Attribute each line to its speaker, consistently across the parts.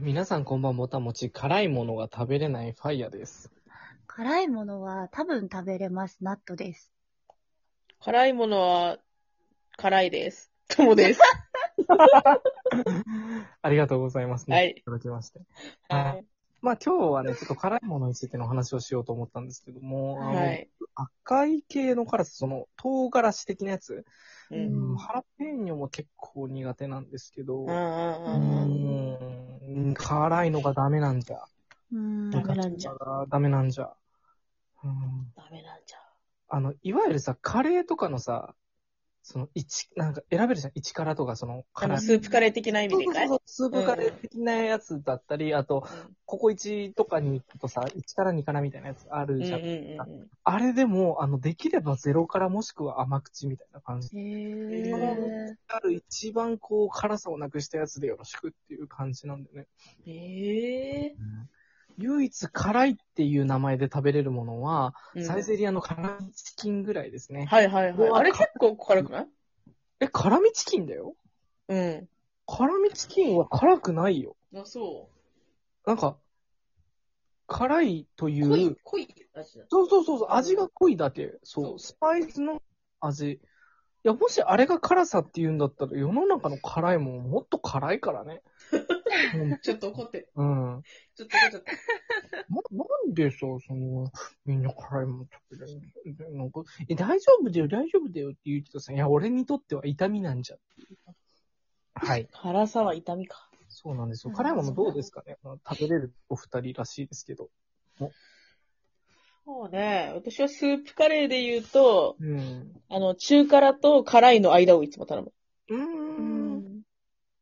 Speaker 1: 皆さんこんばんもたもち、辛いものが食べれないファイヤです。
Speaker 2: 辛いものは多分食べれます。ナットです。
Speaker 3: 辛いものは、辛いです。ともです。
Speaker 1: ありがとうございます、ね。
Speaker 3: はい
Speaker 1: いただきまして。は
Speaker 3: はい
Speaker 1: まあ今日はね、ちょっと辛いものについての話をしようと思ったんですけども、
Speaker 3: い。
Speaker 1: あの
Speaker 3: はい。
Speaker 1: 赤い系の辛さ、その唐辛子的なやつ、
Speaker 3: う
Speaker 2: うん
Speaker 3: ん。
Speaker 1: ハラペーニョも結構苦手なんですけど、
Speaker 3: うんう
Speaker 1: うん
Speaker 3: う
Speaker 1: ー
Speaker 3: んうん。
Speaker 1: ん、辛いのがダメなんじゃ。
Speaker 2: うーん。
Speaker 3: ダメなんじゃ。
Speaker 1: ダメなんじゃ。うん
Speaker 3: ダメなんじゃ
Speaker 1: あの、いわゆるさ、カレーとかのさ、その、一、なんか選べるじゃん。一辛とか、その、
Speaker 3: ん。あ
Speaker 1: 辛
Speaker 3: の、
Speaker 1: い。
Speaker 3: スープカレー的な意味
Speaker 1: そうそう
Speaker 3: でかい
Speaker 1: そう、スープカレー的なやつだったり、あと、ココイチとかに行くとさ、1から2からみたいなやつあ
Speaker 3: う
Speaker 1: る
Speaker 3: んうん
Speaker 1: じゃん。
Speaker 3: うん
Speaker 1: あれでも、あの、できればゼロからもしくは甘口みたいな感じ。
Speaker 2: へ
Speaker 3: ー
Speaker 2: え。
Speaker 1: ある一番こう、辛さをなくしたやつでよろしくっていう感じなんだよね。
Speaker 3: うん。え
Speaker 1: 唯一辛いっていう名前で食べれるものは、
Speaker 3: ぇ
Speaker 1: サイゼリアの辛味チキンぐらいですね。
Speaker 3: はいはいはい。あれ
Speaker 1: うわ
Speaker 3: 結構辛くない
Speaker 1: え、辛味チキンだよ
Speaker 3: うん。
Speaker 1: 辛味チキンは辛くないよ。
Speaker 3: あ、そ
Speaker 1: なんか、辛いというう。
Speaker 3: 濃い、濃い味だ。
Speaker 1: そうそうそうそう、味が濃いだけ。
Speaker 3: そ
Speaker 1: そうう、スパイスの味。いや、もしあれが辛さって言うんだったら、世の中の辛いもんもっと辛いからね。
Speaker 3: ちょっと怒ってる。
Speaker 1: うん。うん
Speaker 3: ちょっと怒っちゃった。
Speaker 1: な、なんでさ、その、みんな辛いもん食べれないなんか、え、大丈夫だよ、大丈夫だよって言うけどさ、いや、俺にとっては痛みなんじゃっていうはい。
Speaker 3: 辛さは痛みか。
Speaker 1: そうなんですよ。
Speaker 2: うん
Speaker 1: 辛いものどうですかね食べれるお二人らしいですけど。
Speaker 3: そうね。私はスープカレーで言うと、
Speaker 1: うん。
Speaker 3: あの、中辛と辛いの間をいつも頼む。
Speaker 1: う
Speaker 2: う
Speaker 1: ーん。
Speaker 2: ん。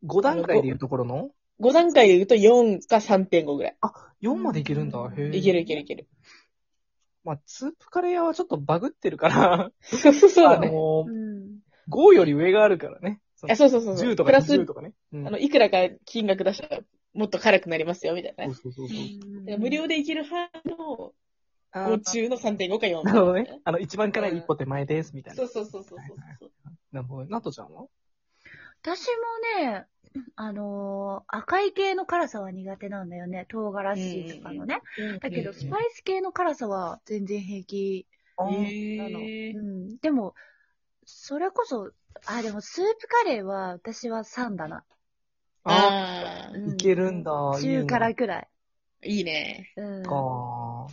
Speaker 1: 5段階でいうところの
Speaker 3: 5段階で言うと4か3.5ぐらい。
Speaker 1: 4までいけるんだ。へえ。
Speaker 3: いけるいけるいける。
Speaker 1: まあ、スープカレー屋はちょっとバグってるから、
Speaker 3: そう そうそう
Speaker 1: あ
Speaker 3: だ
Speaker 1: の
Speaker 3: ね。
Speaker 1: ー、
Speaker 2: うん。
Speaker 1: 5より上があるからね。そ
Speaker 3: あそうそうそうそう。
Speaker 1: 10と
Speaker 3: プ
Speaker 1: か
Speaker 3: ラス、
Speaker 1: 10
Speaker 3: あ
Speaker 1: とかね。うん
Speaker 3: の、いくらか金額出したら、もっと辛くなりますよ、みたいな
Speaker 1: そう。
Speaker 3: ね
Speaker 1: そうそうそう。
Speaker 3: だから無料でいける範囲の、
Speaker 1: あ
Speaker 3: 5
Speaker 1: ー
Speaker 3: 中の3.5か4。
Speaker 1: なるほどね。。あの、一番辛い一歩手前です、みたいな
Speaker 3: そ。うそうそうそうそう。
Speaker 1: なるほどね。なとちゃんは
Speaker 2: 私もね、あのー赤い系の辛さは苦手なんだよね。唐辛子とかのね。だけ
Speaker 1: う
Speaker 2: ど、
Speaker 1: ん
Speaker 2: スパイス系の辛さは全然平気。なの。
Speaker 3: えー
Speaker 2: うん。でも、それこそ、あ、でもスープカレーは私は3だな。
Speaker 1: あ
Speaker 3: あ
Speaker 2: う
Speaker 1: いけるんだいいね
Speaker 2: 中辛くらい。
Speaker 3: ー、いいね。
Speaker 2: うん。
Speaker 1: ーかー。い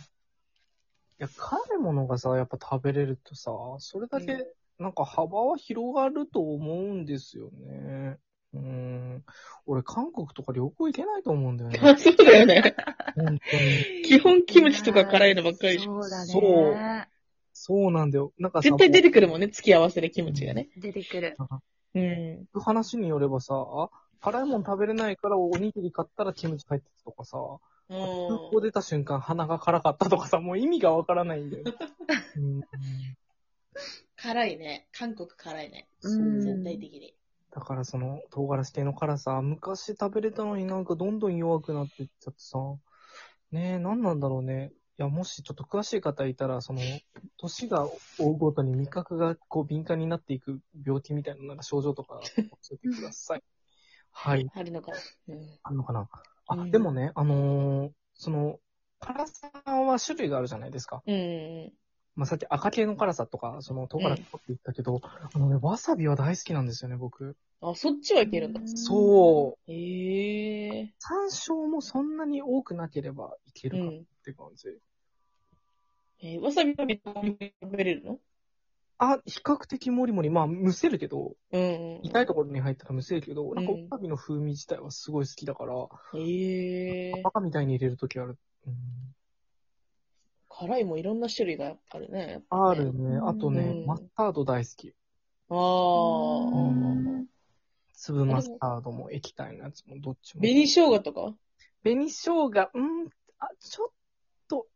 Speaker 1: や、辛いものがさ、やっぱ食べれるとさ、それだけ、
Speaker 3: うん
Speaker 1: なんか幅は広がると思うんですよね。うん。俺、韓国とか旅行行けないと思うんだよね。
Speaker 3: あそうだ よね。
Speaker 1: 本当に。
Speaker 3: 基本キムチとか辛いのばっかりでしょ。
Speaker 2: そうだね。
Speaker 1: そうなんだよ。なんかさ
Speaker 3: 絶対出てくるもんね、付き合わせでキムチがね。
Speaker 2: 出てくる。
Speaker 3: うん。
Speaker 1: 話によればさ、辛いもん食べれないからおにぎり買ったらキムチ入ってたとかさ、空港出た瞬間鼻が辛かったとかさ、もう意味がわからないんだよ。うん
Speaker 3: 辛いね。韓国辛いね。
Speaker 2: うん
Speaker 3: 全体的に。
Speaker 1: だからその唐辛子系の辛さ、昔食べれたのになんかどんどん弱くなってっちゃってさ、ねえ、何なんだろうね。いや、もしちょっと詳しい方いたら、その、年が追うごとに味覚がこう敏感になっていく病気みたいななんか症状とか教えてください。はい。
Speaker 3: あるのか。うん。
Speaker 1: あんのかなあ、
Speaker 3: うん
Speaker 1: でもね、あのーその、辛さは種類があるじゃないですか。
Speaker 3: うん。
Speaker 1: まあ、さっき赤系の辛さとか、その唐辛子とかって言ったけど、あのね、わさびは大好きなんですよね、僕。
Speaker 3: あ、そっちはいけるんだ。
Speaker 1: そう。
Speaker 3: へえ。
Speaker 1: 山椒もそんなに多くなければいけ
Speaker 3: う
Speaker 1: るかなっ
Speaker 3: ん。
Speaker 1: て感じ。
Speaker 3: えーわさびは見た目で食べれるの
Speaker 1: あ、比較的もりもり、まあ、むせるけど、
Speaker 3: うん。
Speaker 1: 痛いところに入ったらむせるけど、なんか
Speaker 3: う
Speaker 1: わ
Speaker 3: ん
Speaker 1: さびの風味自体はすごい好きだから、
Speaker 3: へえ。
Speaker 1: バカみたいに入れるときある。うん
Speaker 3: 辛いもいろんな種類があるね。
Speaker 1: あるね。あとね、
Speaker 3: うん
Speaker 1: マスタード大好き。
Speaker 3: あ
Speaker 2: うん
Speaker 3: あ。
Speaker 1: 粒マスタードも液体のやつもどっちも。
Speaker 3: 紅生姜とか
Speaker 1: 紅生姜、うん、あ、ちょっと、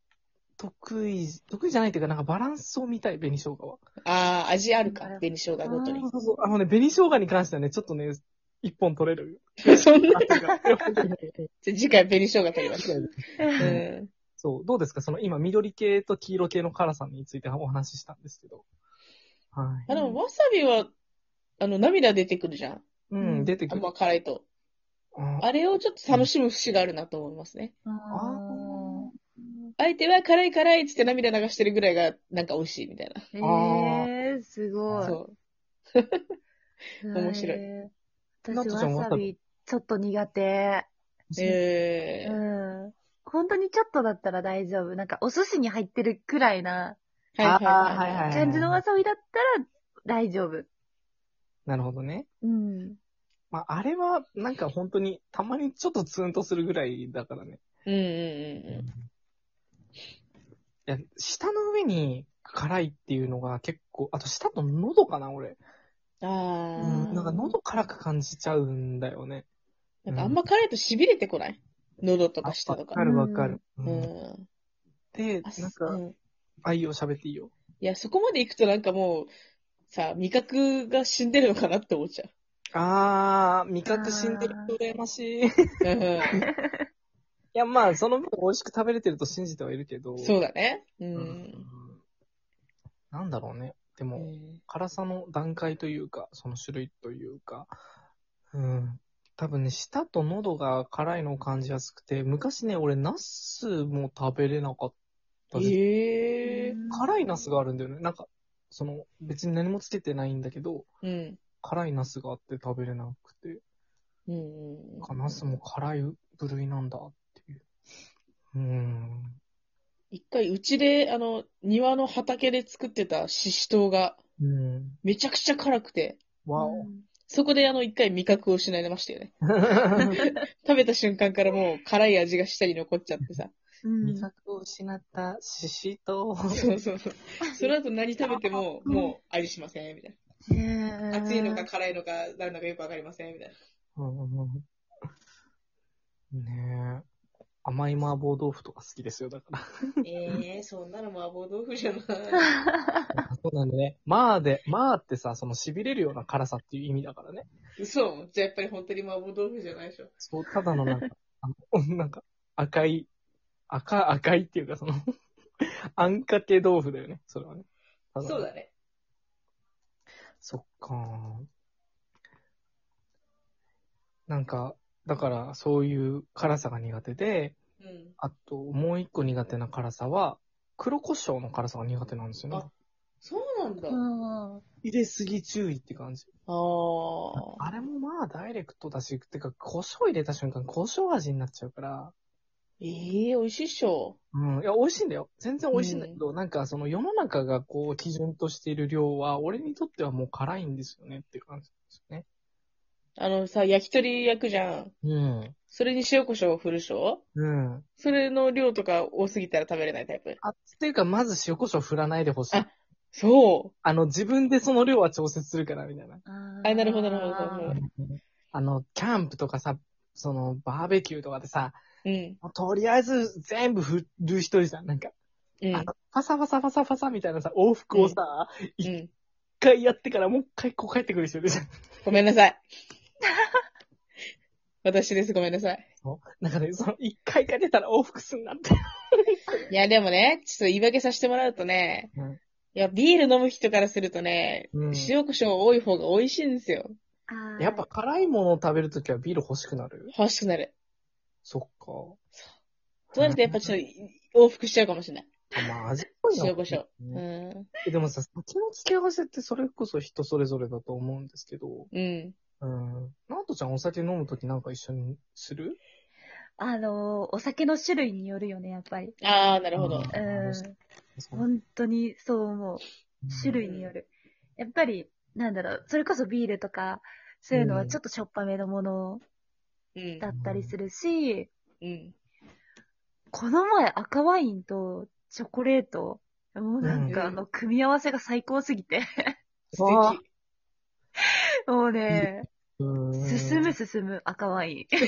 Speaker 1: 得意、得意じゃないっていうか、なんかバランスを見たい、紅生姜は。
Speaker 3: ああ、味あるか
Speaker 2: あ。る
Speaker 3: 紅生姜ごとに
Speaker 1: そう。そうそう。あのね、紅生姜に関してはね、ちょっとね、一本取れる。
Speaker 3: そんな。
Speaker 1: 汗が
Speaker 3: じゃあ次回紅生姜取ります。うん。
Speaker 1: そう、どうですかその今、緑系と黄色系の辛さについてお話ししたんですけど。はい。
Speaker 3: あ、でもわさびは、あの、涙出てくるじゃん。
Speaker 1: うん、出て
Speaker 3: あ
Speaker 1: く
Speaker 3: ん
Speaker 1: る
Speaker 3: ま。辛いと。
Speaker 1: あ
Speaker 3: あれをちょっと楽しむ節があるなと思いますね。
Speaker 2: あ
Speaker 1: あ
Speaker 3: 相手は辛い辛いっつって涙流してるぐらいがなんか美味しいみたい
Speaker 2: ー
Speaker 1: あ
Speaker 2: えー、すご
Speaker 3: な。
Speaker 2: い。
Speaker 3: そう。
Speaker 2: へー
Speaker 3: 面白い。
Speaker 1: な
Speaker 2: 私、
Speaker 1: つちゃん
Speaker 2: わさびちょっと苦手。
Speaker 3: ええ
Speaker 2: うん。本当にちょっとだったら大丈夫。なんか、お寿司に入ってるくらいな
Speaker 3: はい
Speaker 1: あーはいはいはい
Speaker 2: 感じのわさびだったら大丈夫。
Speaker 1: なるほどね。
Speaker 2: うん。
Speaker 1: まあ、あれは、なんか本当に、たまにちょっとツーンとするぐらいだからね。
Speaker 3: うんうんうんうん。
Speaker 1: いや、舌の上に辛いっていうのが結構、あと舌と喉かな、俺。
Speaker 3: あ
Speaker 2: う
Speaker 3: あ、
Speaker 1: なんか喉辛く感じちゃうんだよね。
Speaker 3: なんかあんま辛いと痺れてこない喉とか舌と
Speaker 1: わか
Speaker 3: か。
Speaker 1: るわかる。
Speaker 3: う
Speaker 1: うん
Speaker 3: ん。
Speaker 1: で、
Speaker 3: あ
Speaker 1: なん
Speaker 3: う
Speaker 1: か、
Speaker 3: ん
Speaker 1: あいよ、喋っていいよ。
Speaker 3: いや、そこまで行くとなんかもう、さ、味覚が死んでるのかなって思っちゃう。
Speaker 1: あー、味覚死んでる人羨ましい。い
Speaker 3: うん
Speaker 1: や、まあ、その分美味しく食べれてると信じてはいるけど。
Speaker 3: そうだね。う
Speaker 1: うんん。。なんだろうね。で
Speaker 3: う
Speaker 1: も、
Speaker 3: ん
Speaker 1: 辛さの段階というか、その種類というか、うん。多分ね、舌と喉が辛いのを感じやすくて、昔ね、俺、ナスも食べれなかったし、
Speaker 3: ええ。
Speaker 1: 辛いナスがあるんだよね。なんか、その、別に何もつけてないんだけど、
Speaker 3: うん。
Speaker 1: 辛いナスがあって食べれなくて、
Speaker 3: うんうん
Speaker 1: か
Speaker 3: うん。
Speaker 1: ナスも辛い部類なんだっていう。うん。
Speaker 3: 一回、うちで、あの、庭の畑で作ってたシシトウが、
Speaker 1: うん。
Speaker 3: めちゃくちゃ辛くて、
Speaker 1: わ
Speaker 2: う
Speaker 1: お。
Speaker 2: ん
Speaker 3: そこであの、一回味覚を失いました よね。食べた瞬間からもう辛い味が舌に残っちゃってさ。
Speaker 2: うん
Speaker 1: 味覚を失ったシシトウ。
Speaker 3: そうそう そう。その後何食べても、もう味しません、みたい
Speaker 2: ねえ
Speaker 3: な。熱いのか辛いのか、なんだかよくわかりません、みたいな。
Speaker 1: うんうんうんねえ。甘い麻婆豆腐とか好きですよ、だから。
Speaker 3: ええそんなの麻婆豆腐じゃない。
Speaker 1: そうなんでね。まあで、まあってさ、その痺れるような辛さっていう意味だからね。
Speaker 3: 嘘じゃあやっぱり本当に麻婆豆腐じゃないでしょ。
Speaker 1: そう、ただのなんか、あの、 なんか、赤い、赤、赤いっていうかその、 あんかけ豆腐だよね、それはね。たの
Speaker 3: そう。だね。
Speaker 1: そっかなんか、だから、そういう辛さが苦手で、
Speaker 3: うん。
Speaker 1: あと、もう一個苦手な辛さは、黒胡椒の辛さが苦手なんですよね。
Speaker 3: あそうなんだ。
Speaker 2: う
Speaker 3: あ
Speaker 2: ん。
Speaker 1: 入れすぎ注意って感じ。
Speaker 3: あ。
Speaker 1: あれもまあダイレクトだし、てか、胡椒入れた瞬間、胡椒味になっちゃうから。
Speaker 3: ええ美味しいっしょ。
Speaker 1: うん。いや、美味しいんだよ。全然美味しいんだけど、なんかその世の中がこう基準としている量は、俺にとってはもう辛いんですよねっていう感じですよね。
Speaker 3: あのさ、焼き鳥焼くじゃん。
Speaker 1: うん。
Speaker 3: それに塩胡椒を振るでしょ
Speaker 1: うん。
Speaker 3: それの量とか多すぎたら食べれないタイプ。
Speaker 1: あ、っていうか、まず塩胡椒振らないでほしい。
Speaker 3: あそ
Speaker 1: あの、自分でその量は調節するから、みたいな。
Speaker 2: あ
Speaker 3: あなるほどなるほどなるほど
Speaker 1: あの、キャンプとかさ、その、バーベキューとかでさ、
Speaker 3: う。うん。
Speaker 1: もうとりあえず全部振る人じゃん。なんか、
Speaker 3: うん。
Speaker 1: あの、パサパサパサパサみたいなさ、往復をさ、
Speaker 3: う
Speaker 1: 一、
Speaker 3: ん。
Speaker 1: 回やってからもう一回こう帰ってくる人いるじゃん。
Speaker 3: ごめんなさい。私です、ごめんなさい。
Speaker 1: なんかね、その一回が出たら往復すんなって。
Speaker 3: いや、でもね、ちょっと言い訳させてもらうとね、
Speaker 1: うん
Speaker 3: いや、ビール飲む人からするとね、
Speaker 1: うん
Speaker 3: 塩胡椒多い方が美味しいんですよ。
Speaker 2: あー
Speaker 1: やっぱ、辛いものを食べるときはビール欲しくなる
Speaker 3: 欲しくなる。
Speaker 1: そっか。
Speaker 3: そうなるとやっぱちょっと往復しちゃうかもしれない。
Speaker 1: まあ味濃いの
Speaker 3: 塩胡椒。う
Speaker 1: ね
Speaker 3: ん。
Speaker 1: でもさ、酒の付け合わせってそれこそ人それぞれだと思うんですけど、
Speaker 3: うん。
Speaker 1: うん。なおとちゃんお酒飲むときなんか一緒にする
Speaker 2: あのー、お酒の種類によるよね、やっぱり。
Speaker 3: ああ、なるほど。
Speaker 1: う
Speaker 2: うんん。本当にそう思う。種類による。やっぱり、なんだろう、それこそビールとか、そういうのはちょっとしょっぱめのもの
Speaker 3: うん
Speaker 2: だ。ったりするし、
Speaker 3: うん。
Speaker 2: この前赤ワインとチョコレート、もうなんかあの、組み合わせが最高すぎて、
Speaker 1: わ
Speaker 3: 素
Speaker 1: あ
Speaker 2: もうね、
Speaker 1: うん
Speaker 2: 進む進む赤ワイン。
Speaker 3: 敵。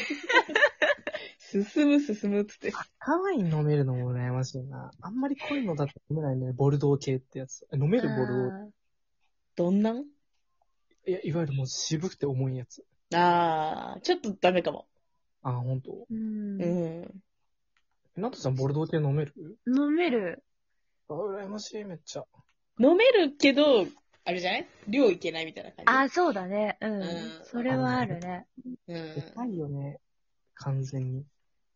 Speaker 3: 進む進むっつって。
Speaker 1: 赤ワイン飲めるのも羨ましいな。あんまり濃いのだと飲めないね。ボルドー系ってやつ。飲めるボルドー。
Speaker 3: どんなん
Speaker 1: いや、いわゆるもう渋くて重いやつ。
Speaker 3: ああ、ちょっとダメかも。
Speaker 1: あ、ほんと。
Speaker 2: あーうん
Speaker 3: うん。
Speaker 1: なとちゃん、ボルドー系飲める
Speaker 2: 飲める。
Speaker 1: あ、羨ましい、めっちゃ。
Speaker 3: 飲めるけど、あれじゃない量いけないみたいな感じ。
Speaker 2: あー、そうだね。うん。
Speaker 3: うん
Speaker 2: それはあるね。
Speaker 3: うん
Speaker 1: で。かいよね。完全に。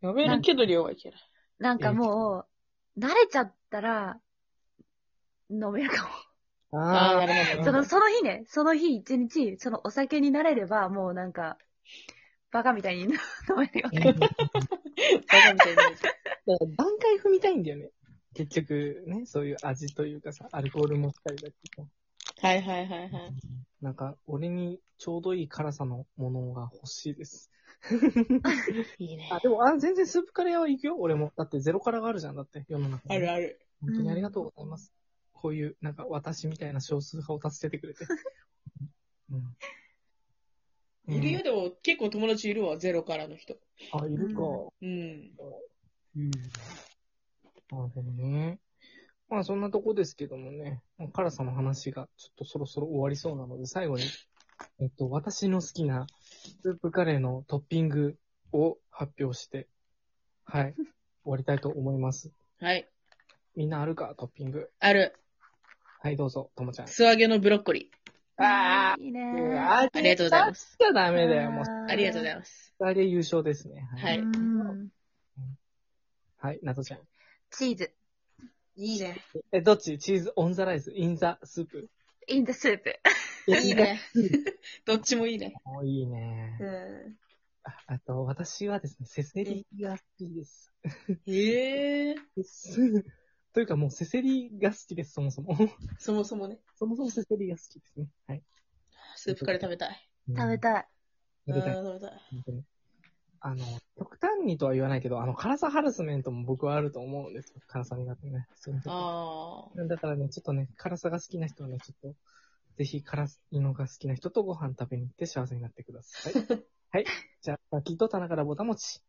Speaker 3: やめるけど量はいけ ない。
Speaker 2: なんかもう、慣れちゃったら、飲めるか
Speaker 3: ああー、
Speaker 1: ああ、
Speaker 3: なる
Speaker 2: も。
Speaker 3: ほど。
Speaker 2: その、
Speaker 3: なる
Speaker 2: その日ね、その日一日、そのお酒に慣れれば、もうなんか、バカみたいに 飲めるよね。
Speaker 1: だか
Speaker 3: ほど
Speaker 1: ら段階踏みたいんだよね。結局ね、そういう味というかさ、アルコールも使いだけど。
Speaker 3: はいはいはいはい。
Speaker 1: なんか、俺にちょうどいい辛さのものが欲しいです。
Speaker 3: いいね
Speaker 1: あ、。でも、あ、全然スープカレー屋は行くよ、俺も。だってゼロ辛があるじゃん、だって、世の中に。
Speaker 3: あるある。
Speaker 1: 本当にありがとうございます。こういう、なんか私みたいな少数派を助けてく れて。うん
Speaker 3: いるよ、でも結構友達いるわ、ゼロからの人。
Speaker 1: あ、いるか。う
Speaker 3: うん。
Speaker 1: ん。まあでもね。まあそんなとこですけどもね。まあ、辛さの話がちょっとそろそろ終わりそうなので、最後に、えっと、私の好きなスープカレーのトッピングを発表して、 はい、終わりたいと思います。
Speaker 3: はい。
Speaker 1: みんなあるかトッピング。
Speaker 3: ある。
Speaker 1: はい、どうぞ、ともちゃん。
Speaker 3: 素揚げのブロッコリ
Speaker 1: あ
Speaker 2: あ、いいうね。
Speaker 1: わ。
Speaker 3: ありがとうございます
Speaker 1: じゃダメだよ、もう。
Speaker 3: ー。ありがとうございます。
Speaker 1: あれ優勝ですね。
Speaker 3: は
Speaker 1: はいい。
Speaker 2: うん
Speaker 1: はい、なとちゃん。
Speaker 2: チーズ。
Speaker 3: いいね。
Speaker 1: え、どっちチーズオンザライスインザスープ。
Speaker 2: インドスープ。
Speaker 3: いいね。 どっちもいいね。
Speaker 1: もういいね。ああと、私はですね、セセリが好き です。
Speaker 3: へえ。
Speaker 1: というかもうセセリが好きです、そもそも。
Speaker 3: そもそもね。
Speaker 1: そもそもセセリが好きですね。はい。
Speaker 3: スープカレー食べたい。
Speaker 2: 食べたい。
Speaker 1: うん食べたい。
Speaker 3: あー食べたい。
Speaker 1: 本当にあの、極端にとは言わないけど、あの、辛さハラスメントも僕はあると思うんですよ。辛さ苦手ね。そういう時
Speaker 3: ああ。
Speaker 1: だからね、ちょっとね、辛さが好きな人はね、ちょっと、ぜひ辛いのが好 きな人とご飯食べに行って幸せになってください。はい。じゃあ、きっと棚からぼたもち。